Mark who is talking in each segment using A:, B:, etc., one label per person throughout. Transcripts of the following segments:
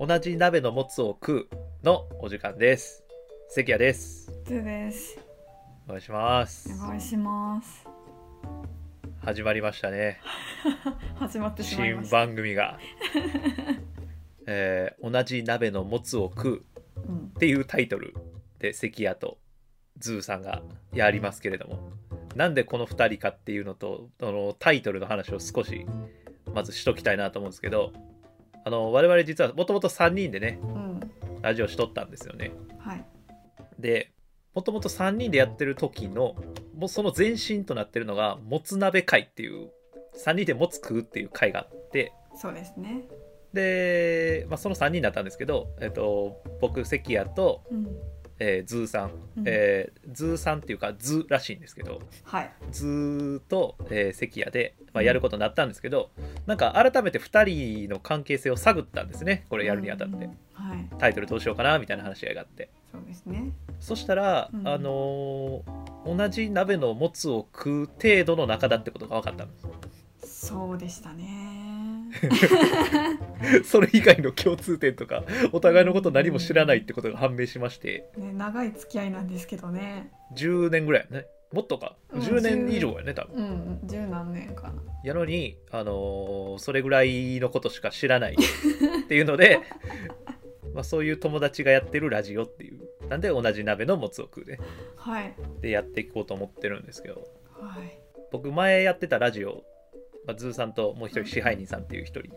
A: 同じ鍋のもつを食うのお時間です関谷です
B: つーです
A: お願いします
B: お願いします
A: 始まりましたね
B: 始まってしまいま
A: 新
B: した
A: 番組が えー同じ鍋のもつを食う
B: うん
A: っていうタイトルで関谷とズーさんがやりますけれどもなんでこの2人かっていうのとあのタイトルの話を少しまずしときたいなと思うんですけどあの我々実はもともと3人でね
B: うん
A: ラジオしとったんですよね
B: はい
A: でもともと3人でやってる時のもうその前身となってるのがもつ鍋会っていう3人でもつ食うっていう会があって
B: そうですね
A: で、まあ、その3人だったんですけど、えっと、僕関谷と、
B: うん、
A: えーズーさん
B: うん
A: えーズーさんっていうかズーらしいんですけど
B: はい
A: ズーと、えー関谷で、まあ、やることになったんですけどなんか改めて2人の関係性を探ったんですねこ
B: こ
A: れやるにあたって、
B: はい
A: タイトルどうしようかなみたいな話し合いがあって
B: そうですね
A: そしたら、
B: うん
A: あのー同じ鍋のもつを食う程度の仲だってことが分かったん で
B: そうでした ね
A: すそれ以外の共通点とかお互いのこと何も知らないってことが判明しまして
B: ね長い付き合いなんですけどね
A: 10年ぐらいやねもっとか
B: うん
A: 10年以上やね多分
B: うん十何年かな
A: やのに、あのーそれぐらいのことしか知ら ないっていうので まあそういう友達がやってるラジオっていうなんで同じ鍋のもつを食うで
B: はい
A: でやっていこうと思ってるんですけど
B: はい
A: 僕前やってたラジオ、まあ、ズーさんともう一人支配人さんっていう一人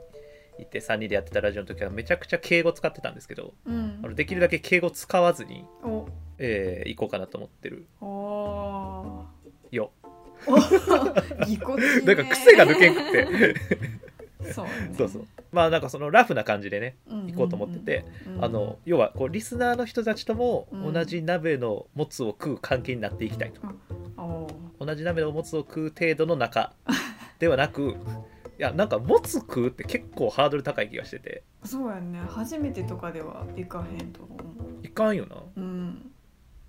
A: いて3人でやってたラジオの時はめちゃくちゃ敬語使ってたんですけど
B: うん
A: あのできるだけ敬語使わずに、
B: お
A: えー行こうかなと思ってる
B: お
A: よ
B: ー おぎこちね
A: なんか癖が抜けんくって
B: そうね
A: そうそうまあなんかそのラフな感じでね
B: うんうんうん
A: 行こうと思ってて、
B: うん
A: あの要はこうリスナーの人たちとも
B: うん
A: 同じ鍋のもつを食う関係になっていきたいと、
B: おー
A: 同じ鍋のもつを食う程度の中ではな くいやなんかもつ食うって結構ハードル高い気がしてて
B: そうやんね初めてとかでは行かへんと思う
A: いかんよな、
B: うん、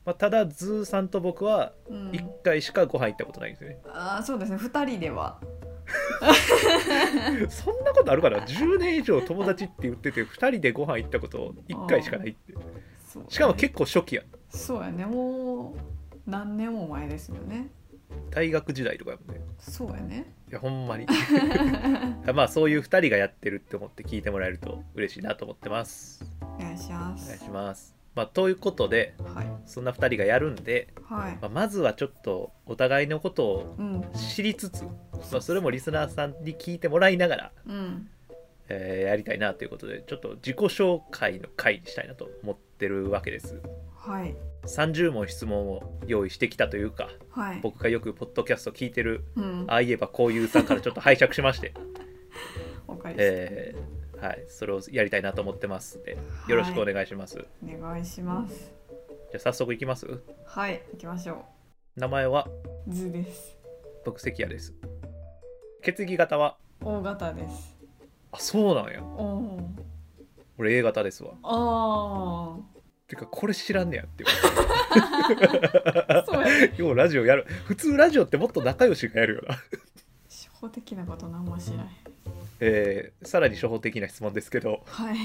A: まあ、ただズーさんと僕は
B: うん、
A: 1回しかご飯行ったことないんですよね、
B: あーそうですね二人では
A: そんなことあるかな10年以上友達って言ってて2人でご飯行ったこと1回しかないって
B: そう
A: しかも結構初期や
B: そうやねもう何年も前ですよね
A: 大学時代とかやもんね
B: そうやね
A: いやほんまに まあそういう2人がやってるって思って聞いてもらえると嬉しいなと思ってます
B: お願いしま
A: お願い
B: す
A: しますまあということで
B: はい
A: そんな2人がやるんで、
B: はい
A: まあ、まずはちょっとお互いのことを
B: うん
A: 知りつつ、まあ、それもリスナーさんに聞いてもらいながら、
B: うん
A: えーやりたいなということでちょっと自己紹介の回にしたいなと思ってるわけです
B: はい
A: 30問質問を用意してきたというか
B: はい
A: 僕がよくポッドキャスト聞いてる
B: うん
A: ああいえばこういうさんからちょっと拝借しまして
B: お借りして、
A: えーはい、それをやりたいなと思ってますんで、よろしくお願いします。
B: お願いします
A: じゃあ早速いきます。
B: はい行きましょ
A: 名前は
B: う図です
A: 僕関谷です。血液型は
B: 大型です
A: あそうなんや。
B: おお
A: 俺 A 型ですわ。
B: あ
A: てかこれ知らんねやっていう。
B: あそうやね
A: ようラジオやる。普通ラジオってもっと仲良しがやるよな。
B: 初歩的なこと何もしない
A: えーさらに初歩的な質問ですけど、
B: はい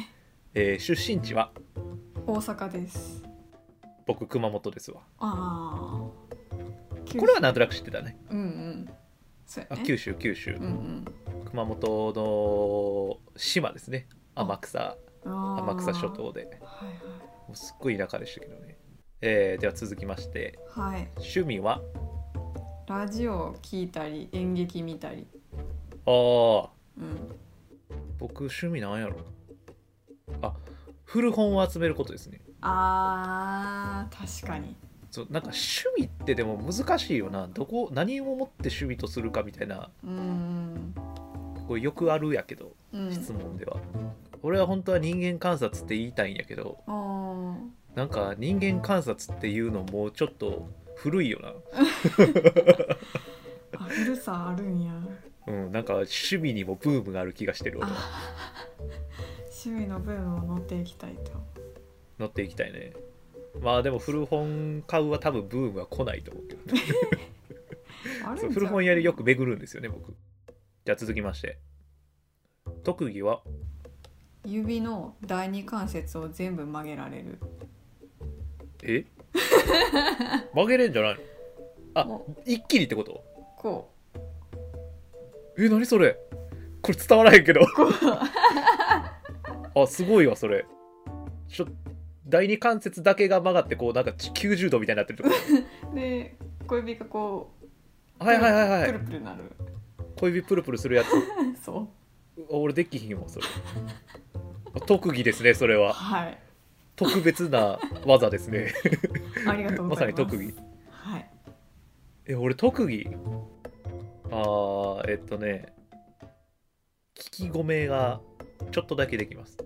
A: えー出身地は
B: 大阪です
A: 僕熊本ですわ。
B: ああ
A: これはなんとなく知ってたね。
B: うんうんそう
A: あ
B: やね
A: 九州九州
B: うんうん
A: 熊本の島ですね。天草
B: あー
A: 天草諸島で。
B: はい
A: もうすっごい田舎でしたけどね、えーでは続きまして
B: はい、はい、
A: 趣味は
B: ラジオ聞いたり演劇見たり
A: ああ
B: うん
A: 僕趣味なんやろあ古本を集めることですね
B: あー確かに
A: そうなんか趣味ってでも難しいよなどこ何をもって趣味とするかみたいな
B: うん
A: これよくあるやけど
B: うんうん
A: 質問では、俺は本当は人間観察って言いたいんやけど
B: あー
A: なんか人間観察っていうのもうちょっと古いよな
B: あ古さあるんや
A: うんなんか趣味にもブームがある気がしてる俺は
B: あ趣味の分を乗っていきたいと
A: 乗っていきたいねまあでも古本買うは多分ブームは来ないと思うけどね
B: あ
A: そ
B: る
A: うん古本屋でよく巡るんですよね僕じゃあ続きまして特技は
B: 指の第二関節を全部曲げられる
A: え曲げれんじゃないのあ
B: も
A: 一気にってこと
B: こ
A: え何それこれ伝わらへんけどあすごいわそれちょ第二関節だけが曲がってこうなんかち90度みたいになってるってこ
B: うで小指がこう
A: とはいはいはいは
B: プル
A: い
B: プルなる
A: 小指プルプルするやつ
B: そう
A: うわ俺できひんわそれ あ特技ですねそれは
B: はい
A: 特別な技です ね
B: ありがとうご
A: ま
B: ざ
A: さに
B: います
A: 特技
B: はい
A: え俺特技あーえっとね聞き込めがちょっとだけできます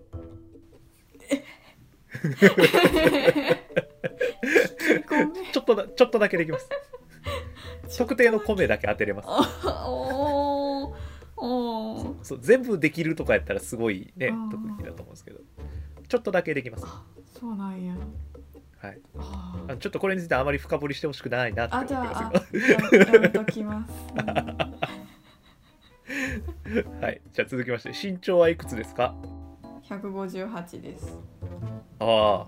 B: ごめん
A: ちょっとだちょっとだけでき ます特定の米だけ当てれます
B: おーおー
A: そう全部できるとかやったらすごいね
B: うん
A: 特技だと思うんですけどちょっとだけできます
B: あそうなんや
A: はい
B: あー
A: あちょっとこれについてあまり深掘りしてほしくないなって思
B: あ
A: って
B: じゃ
A: ます
B: あ
A: 今
B: あややめときます、うん
A: はいじゃあ続きまして身長はいくつですか
B: 158です
A: ああ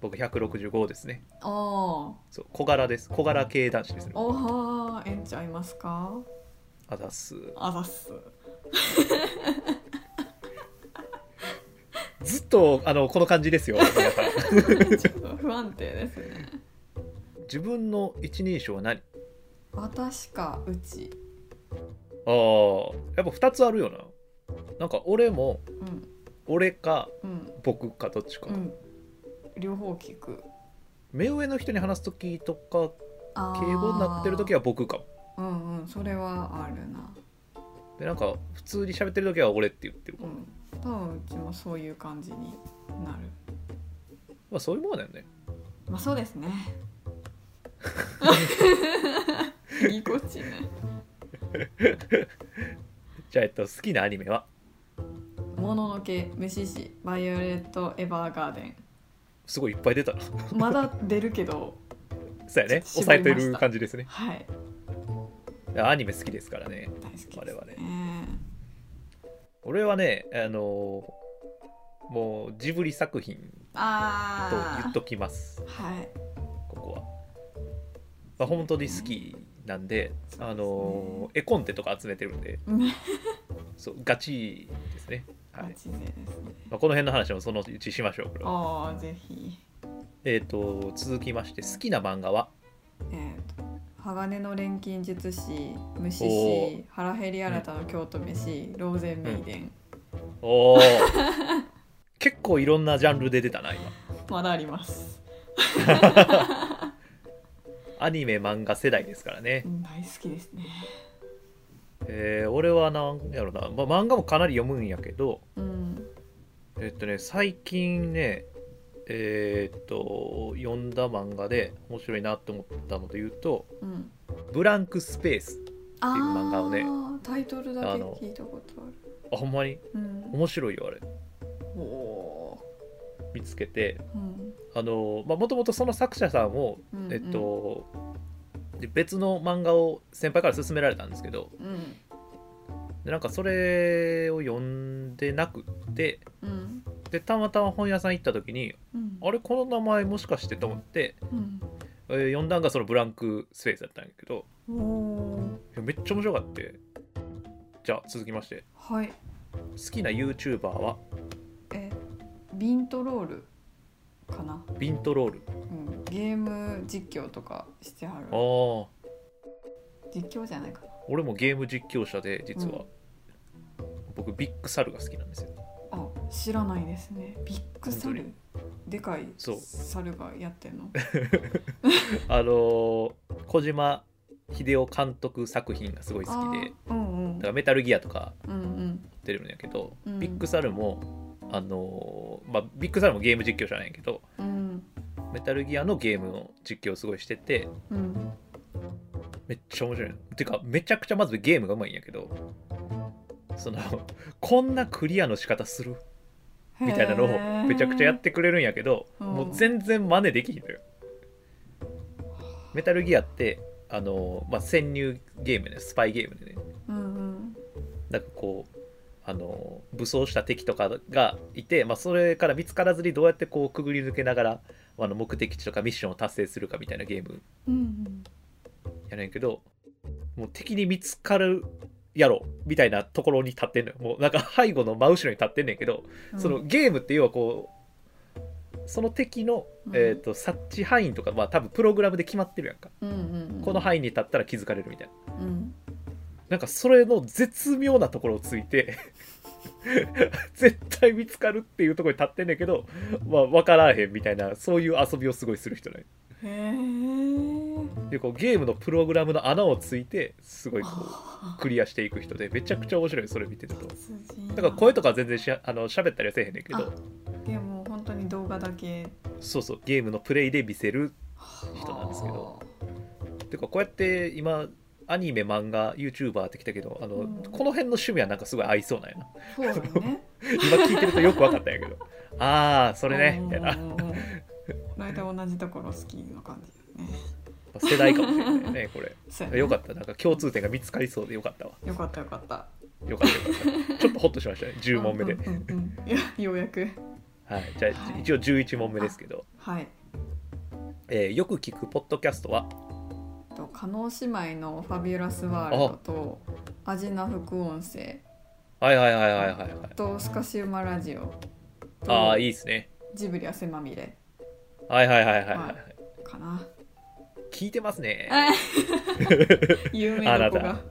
A: 僕165ですね
B: おお
A: そう小柄です小柄系男子ですね
B: おはーえんちゃいますか
A: あざっす
B: あざっす
A: ずっとあのこの感じですよ皆さん
B: ちょっと不安定ですね
A: 自分の一人称は何
B: 私かうち
A: あーやっぱ2つあるよななんか俺も
B: うん
A: 俺か
B: うん
A: 僕かどっちか、
B: うん両方聞く
A: 目上の人に話す時とか
B: あー
A: 敬語になってる時は僕かも
B: うんうんそれはあるな
A: でなんか普通に喋ってる時は俺って言ってるか
B: う
A: ら、
B: ん多分うちもそういう感じになる
A: まあそういうもんだよね
B: まあそうですねぎこちね
A: じゃあ、えっと、好きなアニメは
B: もののけ虫師バイオレットエヴァーガーデン
A: すごいいっぱい出 たな
B: まだ出るけど
A: そうやね
B: 絞りました
A: 抑えてる感じですね
B: はい
A: アニメ好きですからね
B: 大好きです、ね、
A: 我々俺はねあのーもうジブリ作品と
B: あ
A: 言っ
B: ー
A: ときます
B: はい
A: ここは、まあ、本当に好きなんで
B: そうですね
A: あのー絵コンテとか集めてるんで
B: うん
A: そうガチですね、は
B: ガ
A: い
B: チ勢ですね
A: まあ、この辺の話もそのうちしましょうこれは
B: ああぜひ
A: えっ、と続きまして好きな漫画は
B: えーと鋼の錬金術師虫
A: お
B: 師腹減り新たの京都飯、ローゼンメイデン、
A: おお 結構いろんなジャンルで出たな今
B: まだあります、
A: アニメ漫画世代ですからね
B: うん、大好きですね
A: えー俺はなんやろな、まあ、漫画もかなり読むんやけど
B: うん
A: えっとね最近ねえーっと読んだ漫画で面白いなって思ったので言うと
B: うん
A: 「ブランクスペース
B: あ
A: いう漫画をね
B: ータイトルだけ
A: あの
B: 聞いたことある」
A: あほんまに
B: うん
A: 面白いよあれ
B: おお
A: 見つけて
B: ーうん
A: あのまあもともとその作者さんを
B: うんうん
A: えっと、で別の漫画を先輩から勧められたんですけど
B: うん
A: でなんかそれを読んでなくって
B: うん
A: でたまたま本屋さん行った時に
B: うん
A: あれこの名前もしかしてと思って、
B: うん
A: えー読んだんがそのブランクスペースだったんやけど
B: おお
A: い
B: ー
A: やめっちゃ面白かってじゃあ続きまして
B: はい
A: 好きな YouTuber は
B: えビントロールかな、
A: ビントロール
B: うん、ゲーム実況とかしてはる
A: あー
B: 実況じゃないかな
A: 俺もゲーム実況者で実は、
B: うん
A: 僕ビッグサルが好きなんですよ
B: あ知らないですねビッグサ
A: 本当
B: ルでかい
A: そう
B: 猿がやってんの
A: あのー小島秀夫監督作品がすごい好きで
B: あーうんうん
A: だからメタルギアとか
B: うん
A: 出るんやけど、
B: うん
A: ビッグサルもあのーまあビッグサルもゲーム実況者なんやけど
B: うんうん
A: メタルギアのゲームの実況をすごいしてて
B: うん
A: めっちゃ面白いてかめちゃくちゃまずゲームがうまいんやけどその こんなクリアの仕方するみたいなのをめちゃくちゃやってくれるんやけど、
B: うん
A: もう全然真似できひんのよ。メタルギアってあの、まあ、潜入ゲームねスパイゲームでね
B: うんうん
A: なんかこうあの武装した敵とかがいて、まあ、それから見つからずにどうやってこうくぐり抜けながらあの目的地とかミッションを達成するかみたいなゲーム
B: うん
A: やねんけどもう敵に見つかるやろみたいなところに立ってんのよもうなんか背後の真後ろに立ってんねんけど、
B: うん
A: そのゲームって要はこうその敵の、
B: うん
A: えー、と察知範囲とか、まあ、多分プログラムで決まってるやんか、
B: うんうんうん
A: この範囲に立ったら気づかれるみたいな
B: うん
A: なんかそれの絶妙なところをついて 絶対見つかるっていうところに立ってんねんけど、まあ、分からへんみたいなそういう遊びをすごいする人ね
B: へえ
A: でこうゲームのプログラムの穴をついてすごいこうクリアしていく人でめちゃくちゃ面白いそれ見てるとだから声とか全然しゃあの喋ったりはせえへんねんけど
B: いやもう本当に動画だけ
A: そうそうゲームのプレイで見せる人なんですけどてかこうやって今アニメ漫画 YouTuber ってきたけどあの、
B: うん
A: この辺の趣味はなんかすごい合いそうなんやな
B: そうだね
A: 今聞いてるとよく分かったんやけどああ そ
B: こ
A: れねみたいな
B: 大体同じところ好きな感じだね
A: 世代かもしれないねこれ
B: そうや
A: よか
B: っ
A: ったなんか共通点が見つかりそうでよかったわ
B: たよかったよかった
A: よかったよかったちょっとホッとしましたね10問目で
B: うんうんうんうんいやようやく
A: はいじゃあ一応11問目ですけど、
B: はい
A: えーよく聞くポッドキャストは
B: と加納姉妹の「ファビュラスワールド」と「アジナ副音声
A: はいはいはいはいはいはい」
B: と「スカシウマラジオ」
A: あ
B: と
A: あいいですね
B: 「ジブリ汗まみれ
A: はいはいはいはいはい、は
B: はいい、かな
A: 聞いてますね
B: あ有名な子
A: あな
B: が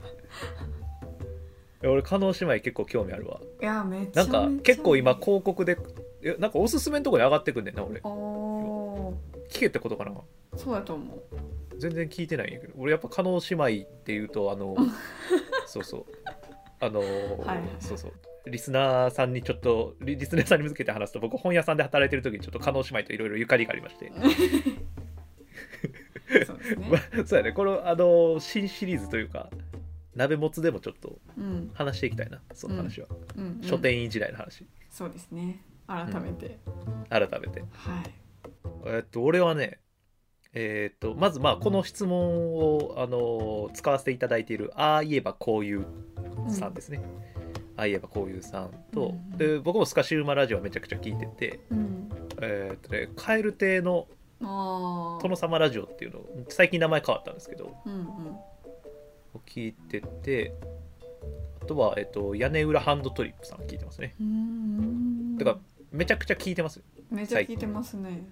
A: 俺加納姉妹結構興味あるわ
B: いやめちゃ
A: な
B: め
A: ん
B: ちゃ
A: か結構今広告でえなんかおすすめのとこに上がってくんねんな俺
B: おお
A: 聞けってことかな
B: ーそうだと思う
A: 全然聞いてないんやけど俺やっぱ加納姉妹っていうとあのそうそうあのー
B: はい
A: そうそうリスナーさんにちょっとリリスナーさんに向けて話すと僕本屋さんで働いてる時にちょっと加納姉妹といろいろゆかりがありまして、
B: そうですね
A: まあ そうやねこのあのー新シリーズというか鍋もつでもちょっと
B: うん
A: 話していきたいなその話は、
B: うんうん
A: 書店員時代の話
B: そうですね改めて、
A: 改めて
B: はい
A: えっと俺はねえっとまずまあこの質問を、あのー使わせていただいているああ言えばこういうさんですね、ああ言えばこういうさんと、
B: うん
A: で僕もスカシウマラジオはめちゃくちゃ聞いてて
B: うん
A: えーっとね蛙亭の
B: ああ
A: 殿様ラジオっていうの最近名前変わったんですけど
B: うんうん
A: 聞いててあとは、えっと屋根裏ハンドトリップさん聞いてますね
B: うん
A: てかめちゃくちゃ聞いてます
B: めちゃ聞いてますね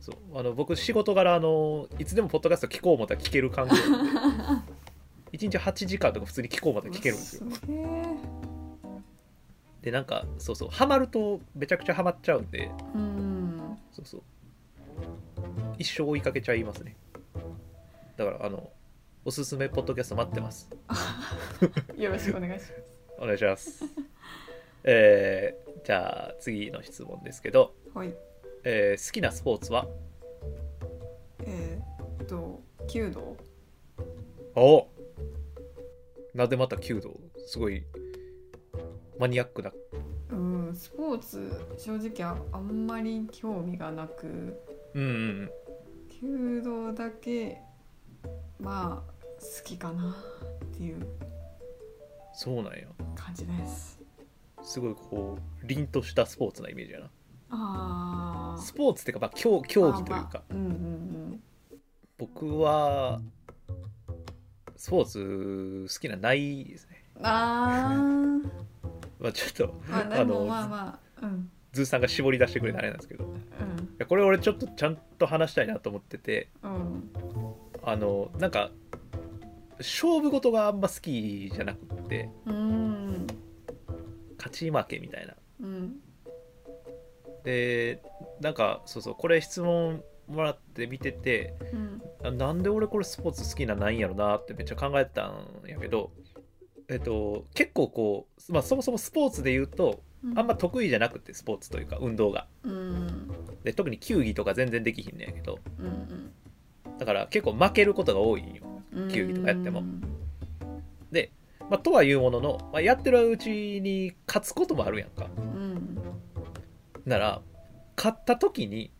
A: そうあの僕仕事柄あのいつでもポッドキャスト聞こう思ったら聞ける環境なんで1日8時間とか普通に聞こう思ったら聞けるんですよ
B: うわすげえ
A: でなんかそうそうハマるとめちゃくちゃハマっちゃうんで
B: うん
A: そうそう一生追いかけちゃいますねだからあのおすすめポッドキャスト待ってます
B: よろしくお願いし
A: お願いしますえーじゃあ次の質問ですけど、
B: ますはい
A: えー好きなスポーツは
B: えーっと弓道
A: おなんでまた弓道すごいマニアックな
B: うんスポーツ正直ああんまり興味がなく
A: うんうんうん
B: 弓道だけまあ好きかなっていう
A: そうなんや
B: 感じです
A: すごいこう凛としたスポーツなイメージやな
B: ああ
A: スポーツっていうか、まあ、競競技というか
B: あまあうんうん
A: 僕はスポーツ好きなないですね、
B: うんあ ー
A: まあ、ちょっと
B: まあで
A: あ
B: も
A: の
B: まあまあうん
A: ずーさんが絞り出してくれたあれなんですけどい
B: うん
A: やこれ俺ちょっとちゃんと話したいなと思ってて
B: うん
A: あのなんか勝負事があんま好きじゃなくって
B: うん
A: 勝ち負けみたいな
B: うん
A: でなんかそうそうこれ質問もらって見てて
B: うん
A: あなんで俺これスポーツ好きなんなんやろなってめっちゃ考えてたんやけど、えっと、結構こう、まあ、そもそもスポーツで言うとあんま得意じゃなくてスポーツというか運動が
B: うんうん
A: で特に球技とか全然できひんねんやけど
B: うん
A: だから結構負けることが多いんよ、
B: うん
A: 球技とかやっても
B: うん
A: まあ、とはいうものの、まあ、やってるうちに勝つこともあるやんか
B: うん
A: なら勝った時に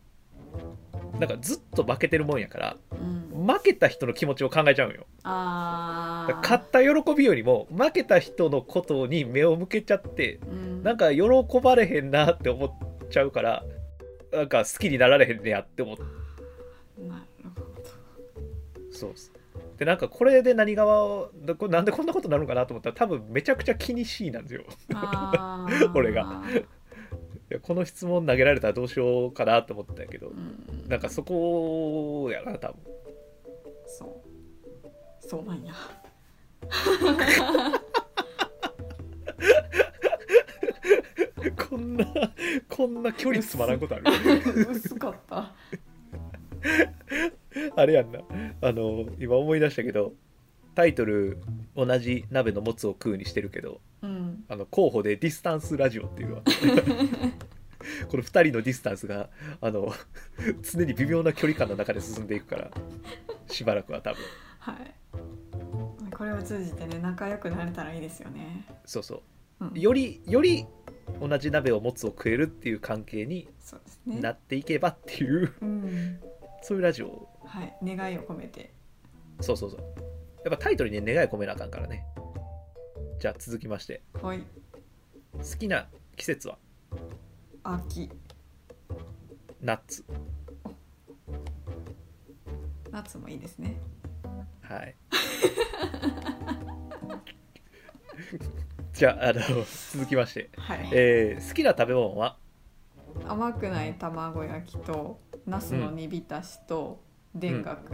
A: なんかずっと負けてるもんやから
B: うん
A: 負負けた人の気持ちを考えちゃうんよ
B: あ
A: だか
B: あ
A: ら勝った喜びよりも負けた人のことに目を向けちゃって
B: うん、
A: なんか喜ばれへんなって思っちゃうからなんか好きになられへんねやって思って
B: なるほ ど
A: そうっすでなんかこれで何側をだこなんでこんなことになるのかなと思ったら多分めちゃくちゃ気にしいなんですよ
B: あー
A: 俺がいやこの質問投げられたらどうしようかなと思ったんやけど
B: うん
A: なんかそこやな多分
B: そうそうなんや
A: こんなこんな距離つまらんことある
B: 薄かった
A: あれやんなあの今思い出したけどタイトル同じ鍋のもつを食うにしてるけど
B: うん
A: あの候補でディスタンスラジオっていうのはこの2人のディスタンスがあの常に微妙な距離感の中で進んでいくからしばらくは多分
B: はいこれを通じてね仲良くなれたらいいですよね、
A: そうそう
B: うん、
A: よりより同じ鍋を持つを食えるっていう関係に
B: そうです
A: なっ
B: ね
A: ていけばっていう
B: うん
A: そういうラジオ
B: はい願いを込めて
A: そうそうそうやっぱタイトルにね願い込めなあかんからねじゃあ続きまして
B: はい
A: 好きな季節は
B: 秋
A: ナッツ
B: 夏もいいですね
A: はいじゃああの続きまして、
B: はい、
A: えー好きな食べ物は
B: 甘くない卵焼きとナスの煮浸しと田楽、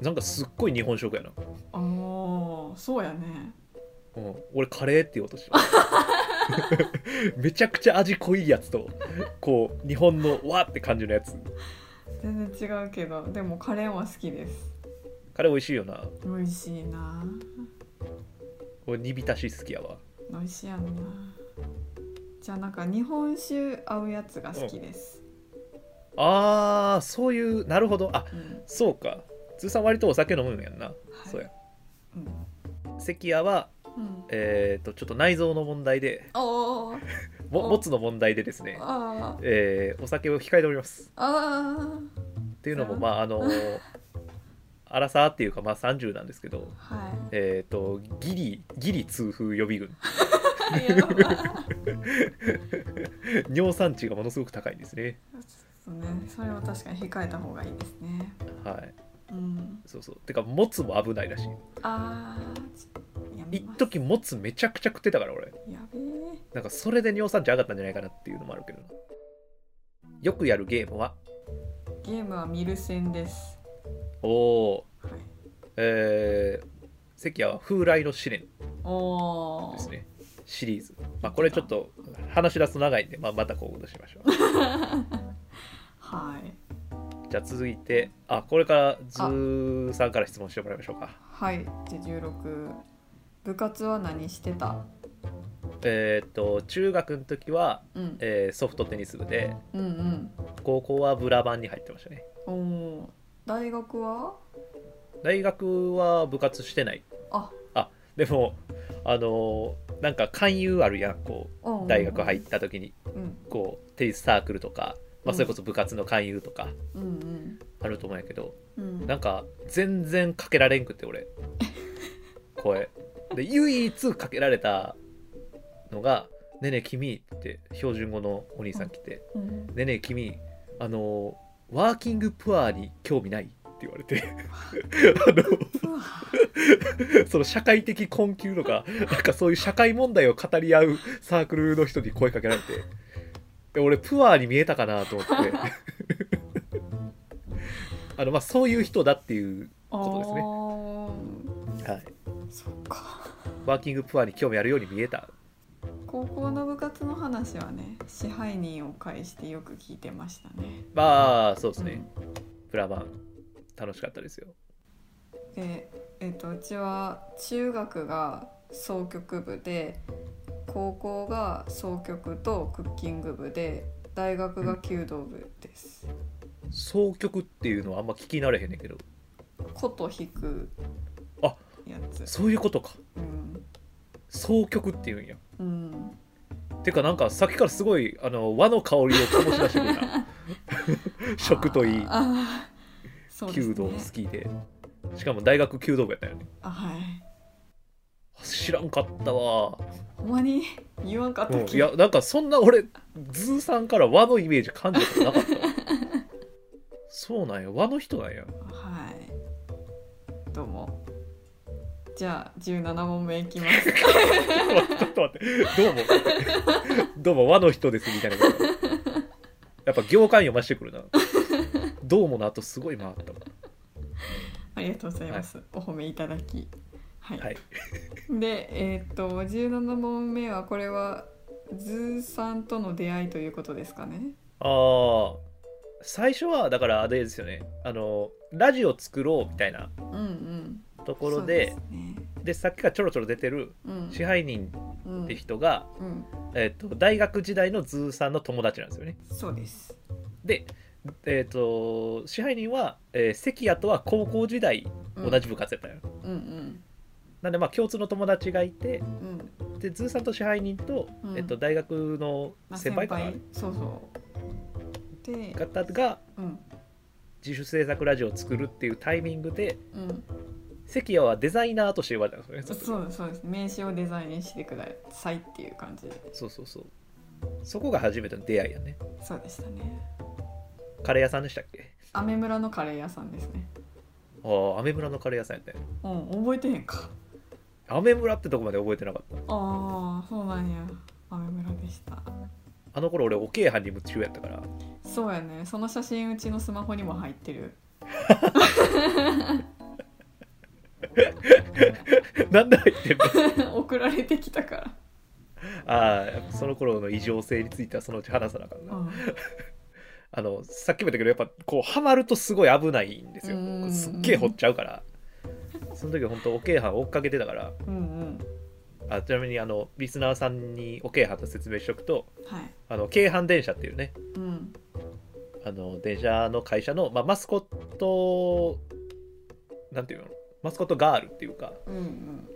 A: なんかすっごい日本食やな、
B: ああそうやね
A: うん、俺カレーって言おうとしてた めちゃくちゃ味濃いやつとこう日本のわーって感じのやつ
B: 全然違うけどでもカレーは好きです
A: カレー美味しいよな
B: 美味しいな
A: 俺煮浸し好きやわ
B: 美味しいやんなじゃあなんか日本酒合うやつが好きです、
A: あーそういうなるほどあ
B: うん
A: そうか通さん割とお酒飲むんやんな、
B: はい
A: そうや
B: うん
A: 関谷は
B: うん、
A: えっ、とちょっと内臓の問題で
B: おー
A: も
B: お
A: もつの問題でですね
B: あー
A: えーお酒を控えております
B: あー
A: っていうのも
B: そう
A: まああのー荒さっていうかまあ30なんですけど
B: は
A: えっ、とギリギリ痛風予備軍
B: いやばい
A: 尿酸値がものすごく高いんですね
B: そうね、それは確かに控えた方がいいですね。
A: はい
B: うん。
A: そうそうてかもつも危ないらしい
B: あーちょっとやめ
A: 一
B: ます。
A: 時もつめちゃくちゃ食ってたから俺
B: やべえ。
A: なんかそれで尿酸値上がったんじゃないかなっていうのもあるけどなよくやるゲームは
B: ゲームは見る線です。
A: おお
B: はい。
A: えー、関谷は風来の試練
B: お
A: です
B: ー。
A: ねシリーズ、まあ、これちょっと話し出すと長いんで、まあ、また今後としましょう
B: はい。
A: じゃあ続いてあこれからズーさんから質問してもらいましょうか
B: はい。で十六。部活は何してた？
A: えーっと中学の時は、
B: うん。
A: えーソフトテニス部で
B: うん
A: 高校はブラバンに入ってましたね
B: うん。おー。大学は？
A: 大学は部活してない
B: あ、
A: でもあのーなんか勧誘あるやんこ
B: う。
A: うん大学入っ。た時に
B: うん
A: こうテニスサークルとか、まあ、
B: うん
A: それこそ部活の勧誘とか
B: うん
A: あると思うんやけど、
B: うん。うん。
A: なんか全然かけられんくって俺声で唯一かけられたのが「ねえねえ君」って標準語のお兄さん来て
B: うん
A: 「ねえねえ君あのワーキングプアに興味ない?」って言われて あ
B: うわ
A: のその社会的困窮とかなんかそういう社会問題を語り合うサークルの人に声かけられてで俺プアに見えたかなと思って あのまあそういう人だっていう ことですね
B: あ
A: はい、
B: ーそっか。
A: ワーキングプアに興味あるように見えた
B: 高校の部活の話はね支配人を介してよく聞いてましたね
A: まあそうですね、プラバン楽しかったですよ
B: で、えっとうちは中学が総局部で高校が総局とクッキング部で大学が弓道部です、
A: 総曲っていうのはあんま聞き慣れへんねんけど
B: 琴弾く
A: あ
B: やつ
A: そういうことか
B: うん、
A: 総曲っていうんや
B: うん、
A: てかなんかさっきからすご いあの和の香りを醸し出してくれた食といい
B: あーそうですね
A: 弓道好きでしかも大学弓道部やったよね
B: あはい
A: 知らんかったわ
B: ほんまに言わんかった
A: う
B: っ
A: ん
B: け
A: いやなんかそんな俺ズーさんから和のイメージ感じたことなかったわ そうなんや和の人なんや
B: はいどうもじゃあ17問目いきます
A: ちょっと待ってどうもどうも和の人ですみたいなことやっぱ行間読ましてくるなどうもの後すごい回ったわ
B: ありがとうございます、お褒めいただきはい、
A: はい
B: でえーっと17問目はこれはズーさんとの出会いということですかね
A: ああ最初はだからあれですよねあのラジオ作ろうみたいな
B: うんうん
A: ところ
B: そ
A: で
B: うすね
A: でさっきからちょろちょろ出てる
B: うん
A: 支配人
B: うん
A: って人が、
B: うん
A: えっと大学時代のズーさんの友達なんですよね
B: そうです
A: でえっ、と支配人は、えー関谷とは高校時代
B: うん
A: 同じ部活やったよ、
B: うん
A: なんでまあ共通の友達がいて
B: うんうん
A: でズーさんと支配人と,、
B: うん
A: えっと大学の
B: まあ
A: 先輩かな
B: そうそうで
A: 方が
B: うん
A: 自主制作ラジオを作るっていうタイミングで
B: うん
A: 関谷はデザイナーとして呼ばれたんですよね
B: そうそうです名刺をデザインしてくださいっていう感じで
A: そうそうそうそこが初めての出会いやね
B: そうでしたね
A: カレー屋さんでしたっけ
B: アメ村のカレー屋さんですね
A: ああアメ村のカレー屋さんやったよね
B: うん覚えてへんか
A: アメ村ってとこまで覚えてなかった
B: ああそうなんやアメ村でした
A: あの頃俺お京阪に夢中やったから
B: そうやねその写真うちのスマホにも入ってる
A: なんで入ってんの
B: 送られてきたか
A: ああやっぱその頃の異常性についてはそのうち話さなあかん
B: ら、
A: な、
B: うん、
A: あのさっきも言ったけどやっぱこうハマるとすごい危ないんですよ
B: うん
A: すっげえ掘っちゃうからその時は本当お京阪追っかけてたから
B: うん
A: あちなみにあのリスナーさんにお京阪と説明しておくと
B: うんはい
A: あの京阪電車っていうね
B: うん
A: あの電車の会社の、まあ、マスコットなんていうのマスコットガールっていうか
B: うん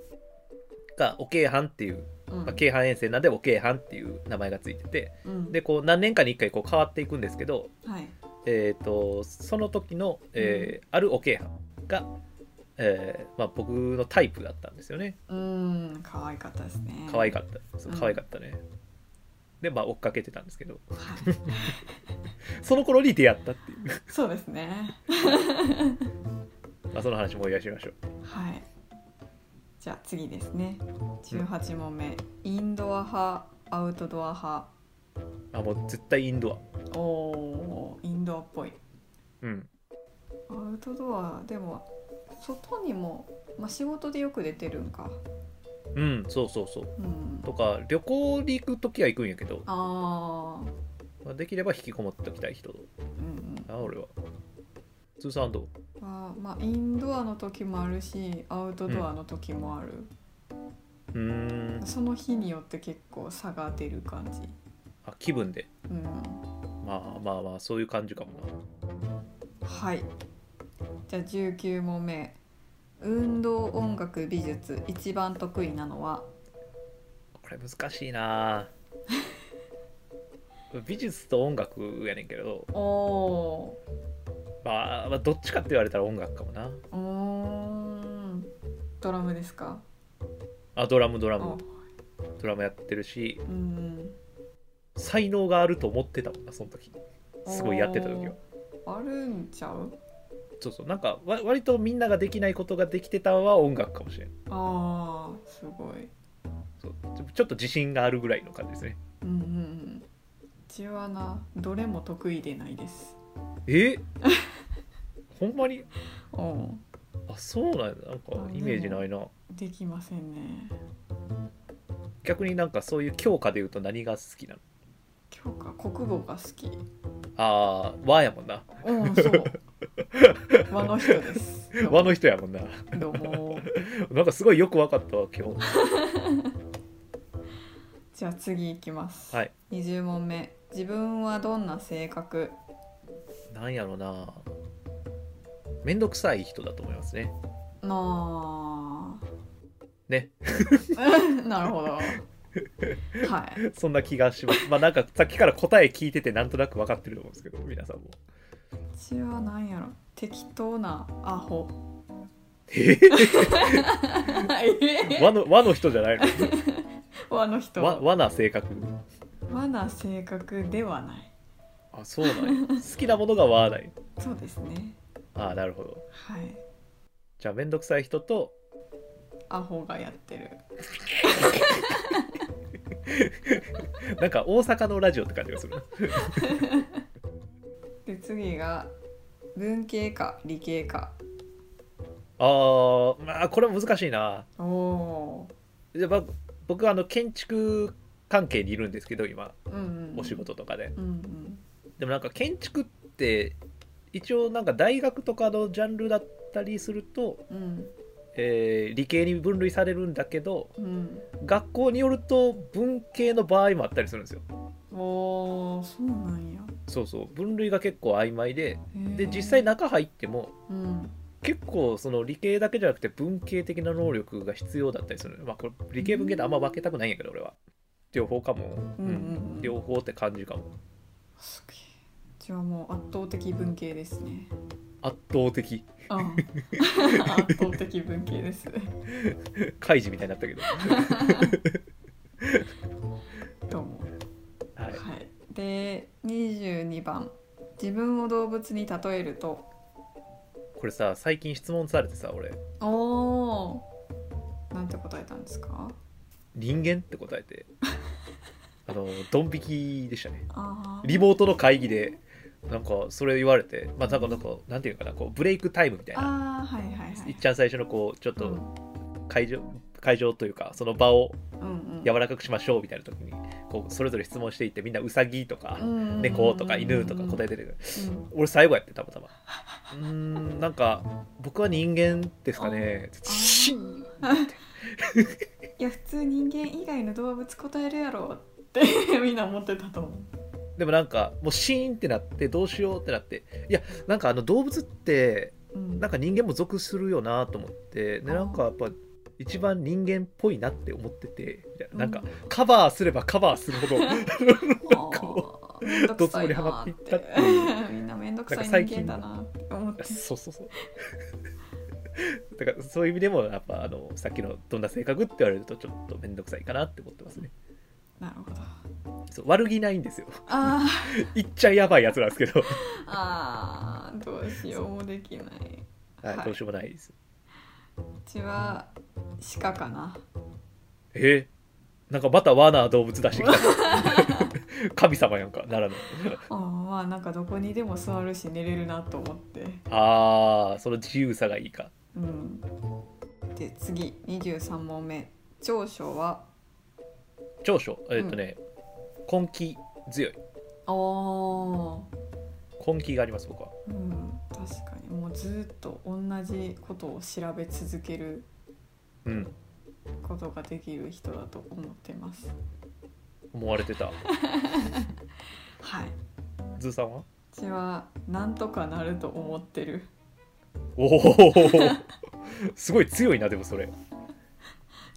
A: がお京阪っていう、
B: うん
A: まあ、京阪沿線なんでお京阪っていう名前がついてて
B: うん
A: でこう何年かに1回こう変わっていくんですけど、
B: はい
A: えー、とその時の、えーあるおけいはんが、えーまあ、僕のタイプだったんですよね
B: うん可愛かったですね
A: 可愛
B: か
A: かったそう
B: うん
A: 可愛かったね、でまあ追っかけてたんですけど
B: った、はい
A: その頃に出会ったっていう、
B: そうですね。
A: まあ、その話もお祝いしましょう
B: はい。じゃあ次ですね。18問目、インドア派、アウトドア
A: あもう絶対インド
B: 派。おおー、インドアっぽい。
A: アうん
B: アウトドアでも外にも、まあ仕事でよく出てるんか。
A: うんそうそうそう
B: うん。
A: とか旅行に行く時は行くんやけど、
B: ああ、
A: まあ、できれば引きこもっておきたい人
B: うん
A: あ俺は通算どう
B: うん。あーまあインドアの時もあるし、アウトドアの時もある。
A: うーん
B: その日によって結構差が出る感じ。
A: あ気分で
B: うん。
A: まあまあまあそういう感じかもな
B: はい。じゃあ19問目。運動音楽美術一番得意なのは
A: これ難しいな ぁ美術と音楽やねんけど、
B: おお
A: まあ、まあどっちかって言われたら音楽かもな
B: ーうーんドラムですか
A: あドラムドラ
B: お
A: ムドラムやってるし
B: うん
A: 才能があると思ってたもんなその時すごいやってた時は
B: おーあるんちゃう
A: そうそうなんかわ割とみんなができないことができてたのは音楽かもしれん
B: あーすごい
A: そうちょちょっと自信があるぐらいの感じですね
B: うんうんうんうちはなどれも得意でないです
A: え ほんまに
B: おお
A: あそうなんだなんかイメージないな
B: できませんね
A: 逆になんかそういう教科で言うと何が好きなの
B: 今日か国語が好き
A: ああ和やもんな
B: おおそう 和の人です
A: 和の人やもんな
B: どうも
A: なんかすごいよくわかったわ今日。
B: じゃあ次いきます。
A: はい。
B: 20問目。自分はどんな性格？
A: なんやろな。めんどくさい人だと思いますね。
B: な
A: ね。
B: あ。 なるほど。はい。
A: そんな気がします。まあなんかさっきから答え聞いててなんとなくわかってると思うんですけど、皆さんも。
B: うちはなんやろ。適当なアホ
A: え
B: え
A: 和の和の人じゃないの
B: 和の人
A: 和
B: 和
A: 和な性格
B: な性格ではない
A: あそうなんや好きなものが和ない
B: そうですね
A: ああなるほど
B: はい
A: じゃあ面倒くさい人と
B: アホがやってる
A: なんか大阪のラジオって感じがする
B: で次が文系か理系か
A: あーまあこれは難しいな
B: おお
A: でば僕はあの建築関係にいるんですけど今
B: ーうんうん
A: お仕事とかで
B: うんうん
A: でもなんか建築って一応なんか大学とかのジャンルだったりすると、
B: うん
A: えー理系に分類されるんだけど
B: うん
A: 学校によると文系の場合もあったりするんですよ
B: おーそうなんや
A: そうそう分類が結構曖昧で
B: へー
A: で実際中入っても
B: うん
A: 結構その理系だけじゃなくて文系的な能力が必要だったりするまあこれ理系文系であんま分けたくないんやけど俺は両方かも、
B: うんうんうん
A: 両方って感じかも
B: すげえじゃあもう圧倒的文系ですね
A: 圧倒的
B: ああ圧倒的文系です
A: カイジみたいになったけ ど
B: どうも
A: はい
B: はいで22番自分を動物に例えると
A: これさ最近質問されてさ俺
B: おおなんて答えたんですか
A: 人間って答え てあのドン引きでしたね
B: あー
A: リモートの会議でなんかそれ言われてまあなんかなんかなんていうかなこうブレイクタイムみたいな
B: あーはいはいはい
A: いっちゃん最初のこうちょっ
B: う
A: と
B: ん
A: 会場、会場というかその場を
B: うん
A: 柔らかくしましょうみたいな時にこうそれぞれ質問していってみんなウサギとか
B: うん
A: 猫とか犬とか答えてる
B: うん
A: 俺最後やってたま たまうーんなんか僕は人間ですかね
B: あー いや普通人間以外の動物答えるやろって みんな思ってたと思う
A: でもなんかもうシーンってなってどうしようってなっていやなんかあの動物って
B: うん
A: なんか人間も属するよなと思ってでなんかやっぱ一番人間っぽいなって思っててみたいななんかカバーすればカバーするほど なんかも
B: あーめんどくさい
A: どつぼり
B: なー
A: はまっていったってい
B: みんなめんどくさい人間だなって思っ
A: う
B: て
A: そうそうそう だからそういう意味でもやっぱあのさっきのどんな性格って言われるとちょっと面倒くさいかなって思ってますね
B: なる ほど
A: そう悪気ないんですよ
B: あー
A: 言っちゃやばいやつなんですけど、
B: あーどうしようもできない
A: はい
B: はい
A: どうしようもないです
B: うちは鹿かな
A: えーなんかまたわな動物出してきた神様やんかならぬ
B: あーまあなんかどこにでも座るし寝れるなと思って
A: あーその自由さがいいか
B: うんで次23問目長所は
A: 長所えっ、とね、根気強い
B: お
A: 根気があります僕は
B: うん確かにもうずっと同じことを調べ続ける
A: うん
B: ことができる人だと思ってます
A: 思われてた
B: はい
A: ズーさんは
B: うちはなんとかなると思ってる
A: おおすごい強いなでもそれ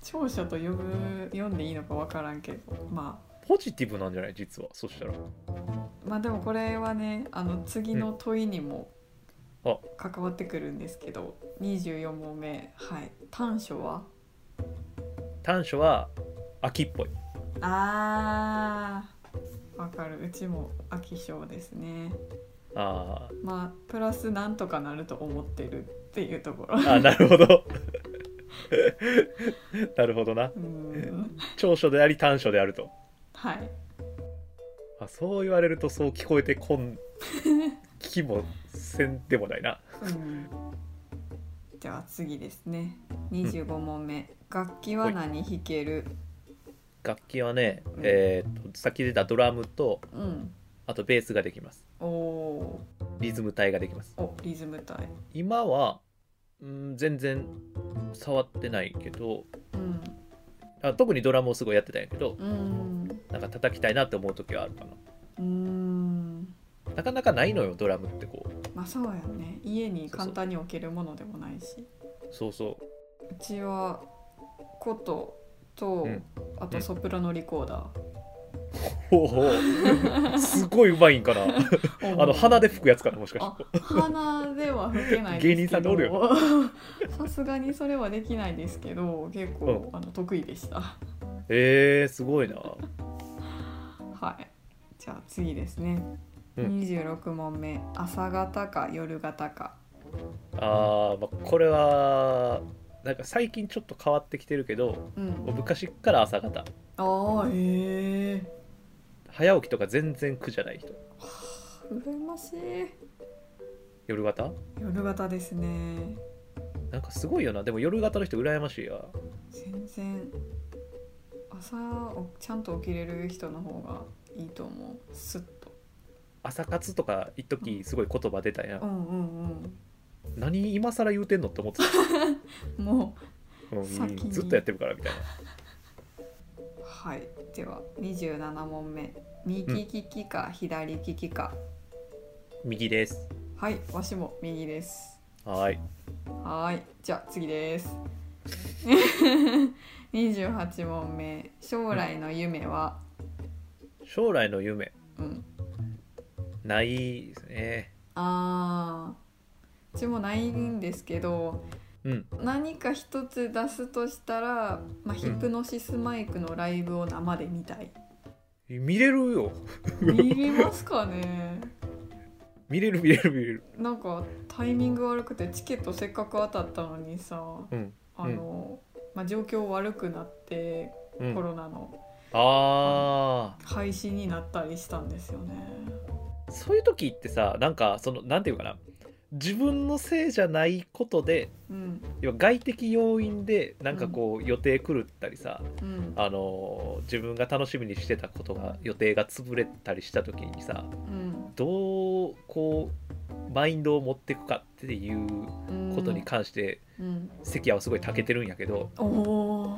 B: 長所と呼ぶ読んでいいのか分からんけどまあ
A: ポジティブなんじゃない実はそしたら
B: まあでもこれはねあの次の問いにも
A: うんあ
B: 関わってくるんですけど、24問目はい短所は
A: 短所は秋っぽい
B: あーわかるうちも飽き性ですね
A: あー
B: まあプラスなんとかなると思ってるっていう ところ
A: あーなるほどなるほどな
B: うん
A: 長所であり短所であると
B: はい
A: あそう言われるとそう聞こえてこん気もせんでもないな
B: うんでは次ですね25問目、楽器は何弾ける
A: 楽器はね、
B: うん
A: えーっと先で出たドラムと
B: うん
A: あとベースができます
B: おお
A: リズム体ができます
B: ーおリズム体
A: 今は、うん、全然触ってないけど
B: うん
A: あ特にドラムをすごいやってたんやけど
B: うん
A: なんか叩きたいなって思う時はあるか
B: うん
A: ななかなかないのよドラムってこう
B: まあそうやね家に簡単に置けるものでもないし
A: そうそう
B: うちは琴と、
A: うん
B: あとソプラノリコーダー、
A: ほうほう すごいうまいんかなあの鼻で吹くやつかなもしか
B: あ
A: して
B: 鼻では吹けないです
A: 芸
B: けど
A: 人さんでおるよ
B: さすがにそれはできないですけど結構、あの得意でした
A: えー、すごいな
B: はいじゃあ次ですね、
A: うん
B: 26問目朝方か夜方か
A: あー、まあこれはなんか最近ちょっと変わってきてるけど
B: うん
A: 昔っから朝方
B: ああへえ
A: 早起きとか全然苦じゃない人
B: 羨ましい
A: 夜型
B: 夜型ですね
A: なんかすごいよなでも夜型の人羨ましいわ
B: 全然朝おちゃんと起きれる人の方がいいと思うスッと
A: 朝活とか一時すごい言葉出たやん、
B: うんうん
A: 何今更言うてんのって思って
B: うんも
A: た、うん
B: 先に
A: ずっとやってるからみたいな
B: うはいでは27問目右利きか左利きか、
A: 右です
B: はいわしも右です
A: はーい
B: はーい、じゃあ次です。28問目、将来の夢は、
A: 将来の夢
B: うん、
A: ないですね
B: あー、うちもないんですけど、
A: うん
B: 何か一つ出すとしたら、まあ、ヒプノシスマイクのライブを生で見た い。
A: 見れるよ
B: 見れますかね。
A: 見れる見れる見れる
B: なんかタイミング悪くてチケットせっかく当たったのにさ、
A: うん
B: あの、まあ、状況悪くなって
A: う
B: コ
A: ん
B: ロナの
A: あ
B: 廃止になったりしたんですよね。
A: ーそういう時ってさなんかそのなんていうかな自分のせいじゃないことで
B: うん
A: 要は外的要因でなんかこう予定狂ったりさ、
B: うん
A: あのー自分が楽しみにしてたことが予定が潰れたりした時にさ
B: うん
A: どうこうマインドを持っていくかっていう
B: うん
A: ことに関して、
B: うん
A: 関谷はすごい長けてるんやけど
B: おおー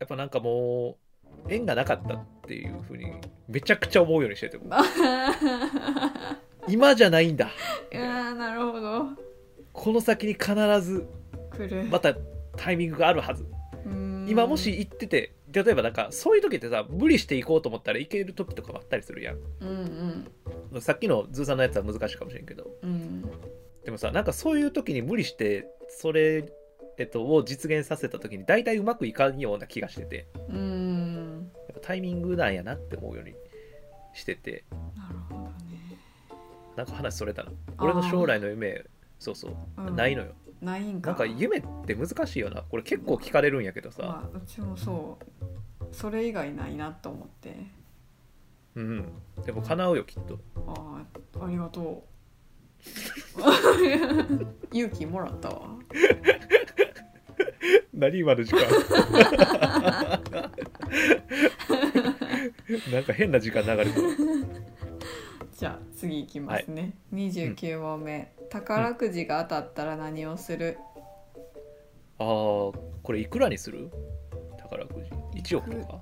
A: やっぱなんかもう縁がなかったっていうふうにめちゃくちゃ思うようにしてて
B: あはは
A: 今じゃないんだ
B: いやーなるほど
A: この先に必ず
B: 来る
A: またタイミングがあるはず
B: うん
A: 今もし行ってて例えばなんかそういう時ってさ無理して行こうと思ったら行ける時とかもあったりするやん
B: うんうん
A: さっきのズーさんのやつは難しいかもしれんけど
B: うん
A: でもさなんかそういう時に無理してそれ、えっと、を実現させた時に大体うまくいかんような気がしてて
B: うん
A: やっぱタイミングなんやなって思うようにしてて
B: なるほどね
A: なんか話それたな
B: あー
A: 俺の将来の夢そうそう、
B: うん
A: ないのよ
B: ないんか
A: なんか夢って難しいよなこれ結構聞かれるんやけどさ、
B: まあうちもそうそれ以外ないなと思って
A: うんでも叶うよきっと
B: あーありがとう 勇気もらったわ
A: 何今の時間 なんか変な時間流れてる
B: じゃあ次いきますね、29問目、宝くじが当たったら何をする、
A: あーこれいくらにする宝くじ1億とか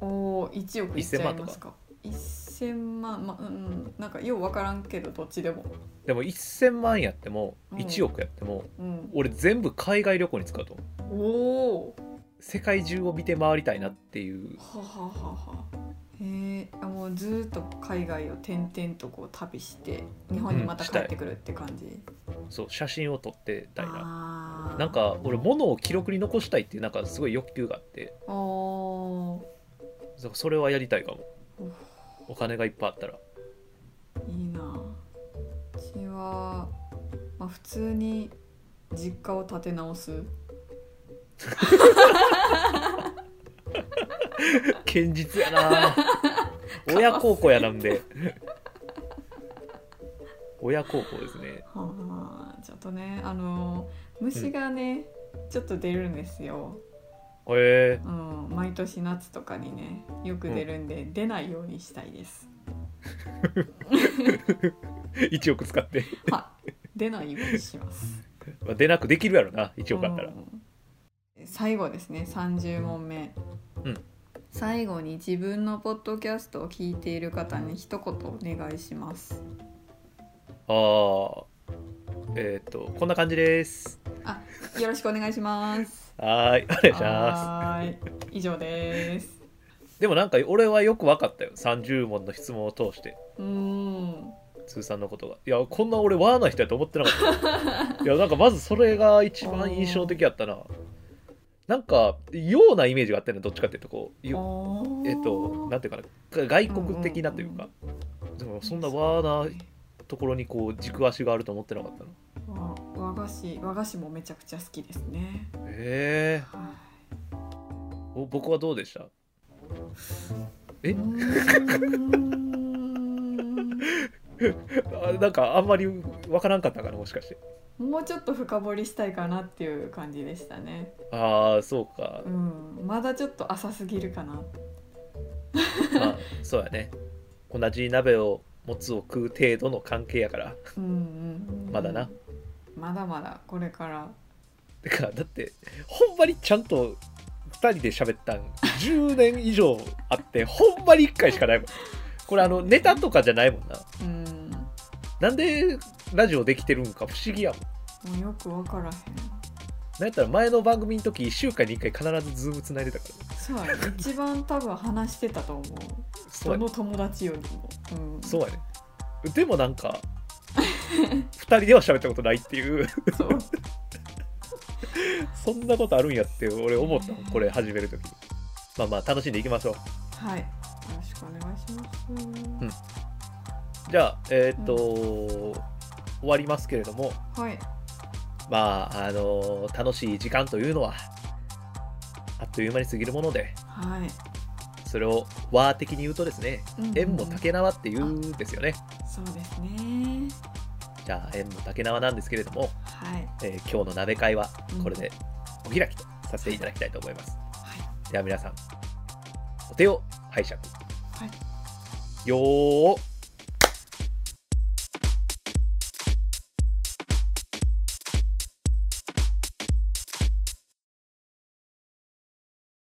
B: おお1億いっち
A: 1000
B: ゃい
A: 万と
B: ま
A: か
B: すか1000万まあうんなんかよう分からんけどどっちでも
A: でも1000万やっても
B: うん
A: 1億やっても、
B: うん
A: 俺全部海外旅行に使うと思う
B: おお
A: 世界中を見て回りたいなっていう
B: ははははへえあもうずーっと海外を転々とこう旅して日本にまた帰ってくるって感じ、
A: そう写真を撮ってたいな
B: あー
A: なんか俺物を記録に残したいっていうなんかすごい欲求があって
B: おお
A: そそれはやりたいかもお金がいっぱいあったら
B: ーいいなうちは、まあ、普通に実家を建て直す
A: 堅実やな 親孝行やなんで親孝行ですね
B: はあちょっとねあの虫がね、ちょっと出るんですよ、
A: へえ
B: うん、毎年夏とかにねよく出るんで、出ないようにしたいです
A: 1億使って
B: はい出ないようにし ます
A: まあ出なくできるやろな1億あったら
B: うん最後ですね30問目、
A: うん
B: 最後に自分のポッドキャストを聞いている方に一言お願いします
A: ああえっ、とこんな感じです
B: あよろしくお願いします
A: はーいお願いします
B: はーい以上です
A: でもなんか俺はよく分かったよ30問の質問を通して
B: うーん
A: 通さんのことがいやこんな俺和な人やと思ってなかったいやなんかまずそれが一番印象的やったななんかようなイメージがあったよねどっちかっていうとこうよえっとなんていうかな外国的なというか、でもそんな和なところにこう軸足があると思ってなかったの
B: わ和菓子和菓子もめちゃくちゃ好きですね
A: ええ
B: は
A: お僕はどうでしたえ
B: いうーん
A: あなんかあんまりわからんかったかなもしかして
B: もうちょっと深掘りしたいかなっていう感じでしたね
A: ああそうか
B: うんまだちょっと浅すぎるかな
A: まあそうやね同じ鍋を持つを食う程度の関係やから
B: うんうんうん
A: まだな
B: まだまだこれから
A: てかだってほんまにちゃんと2人で喋ったん10年以上あってほんまに1回しかないもんこれあのネタとかじゃないもんな
B: うんも
A: なんでラジオできてるんか不思議やもん
B: うよくわからへん
A: なんやったら前の番組の時1週間に1回必ずズームつないでたからね
B: そうやね一番多分話してたと思う
A: そう
B: ど
A: やね
B: の友達よりも、うん、
A: そうやねでもなんか2人では喋ったことないっていう
B: そう
A: そんなことあるんやって俺思ったもんこれ始める時にまあまあ楽しんでいきましょう
B: はいよろしくお願いします、
A: うんじゃあえーっと、終わりますけれども
B: はい
A: まああの楽しい時間というのはあっという間に過ぎるもので
B: はい
A: それを和的に言うとですね
B: うんうん
A: 縁も竹縄っていうんですよね
B: そうですね
A: じゃあ縁も竹縄なんですけれども、
B: はい
A: えー今日の鍋会はこれでお開きとさせていただきたいと思います
B: は
A: では皆さんお手を拝借
B: いはい
A: よー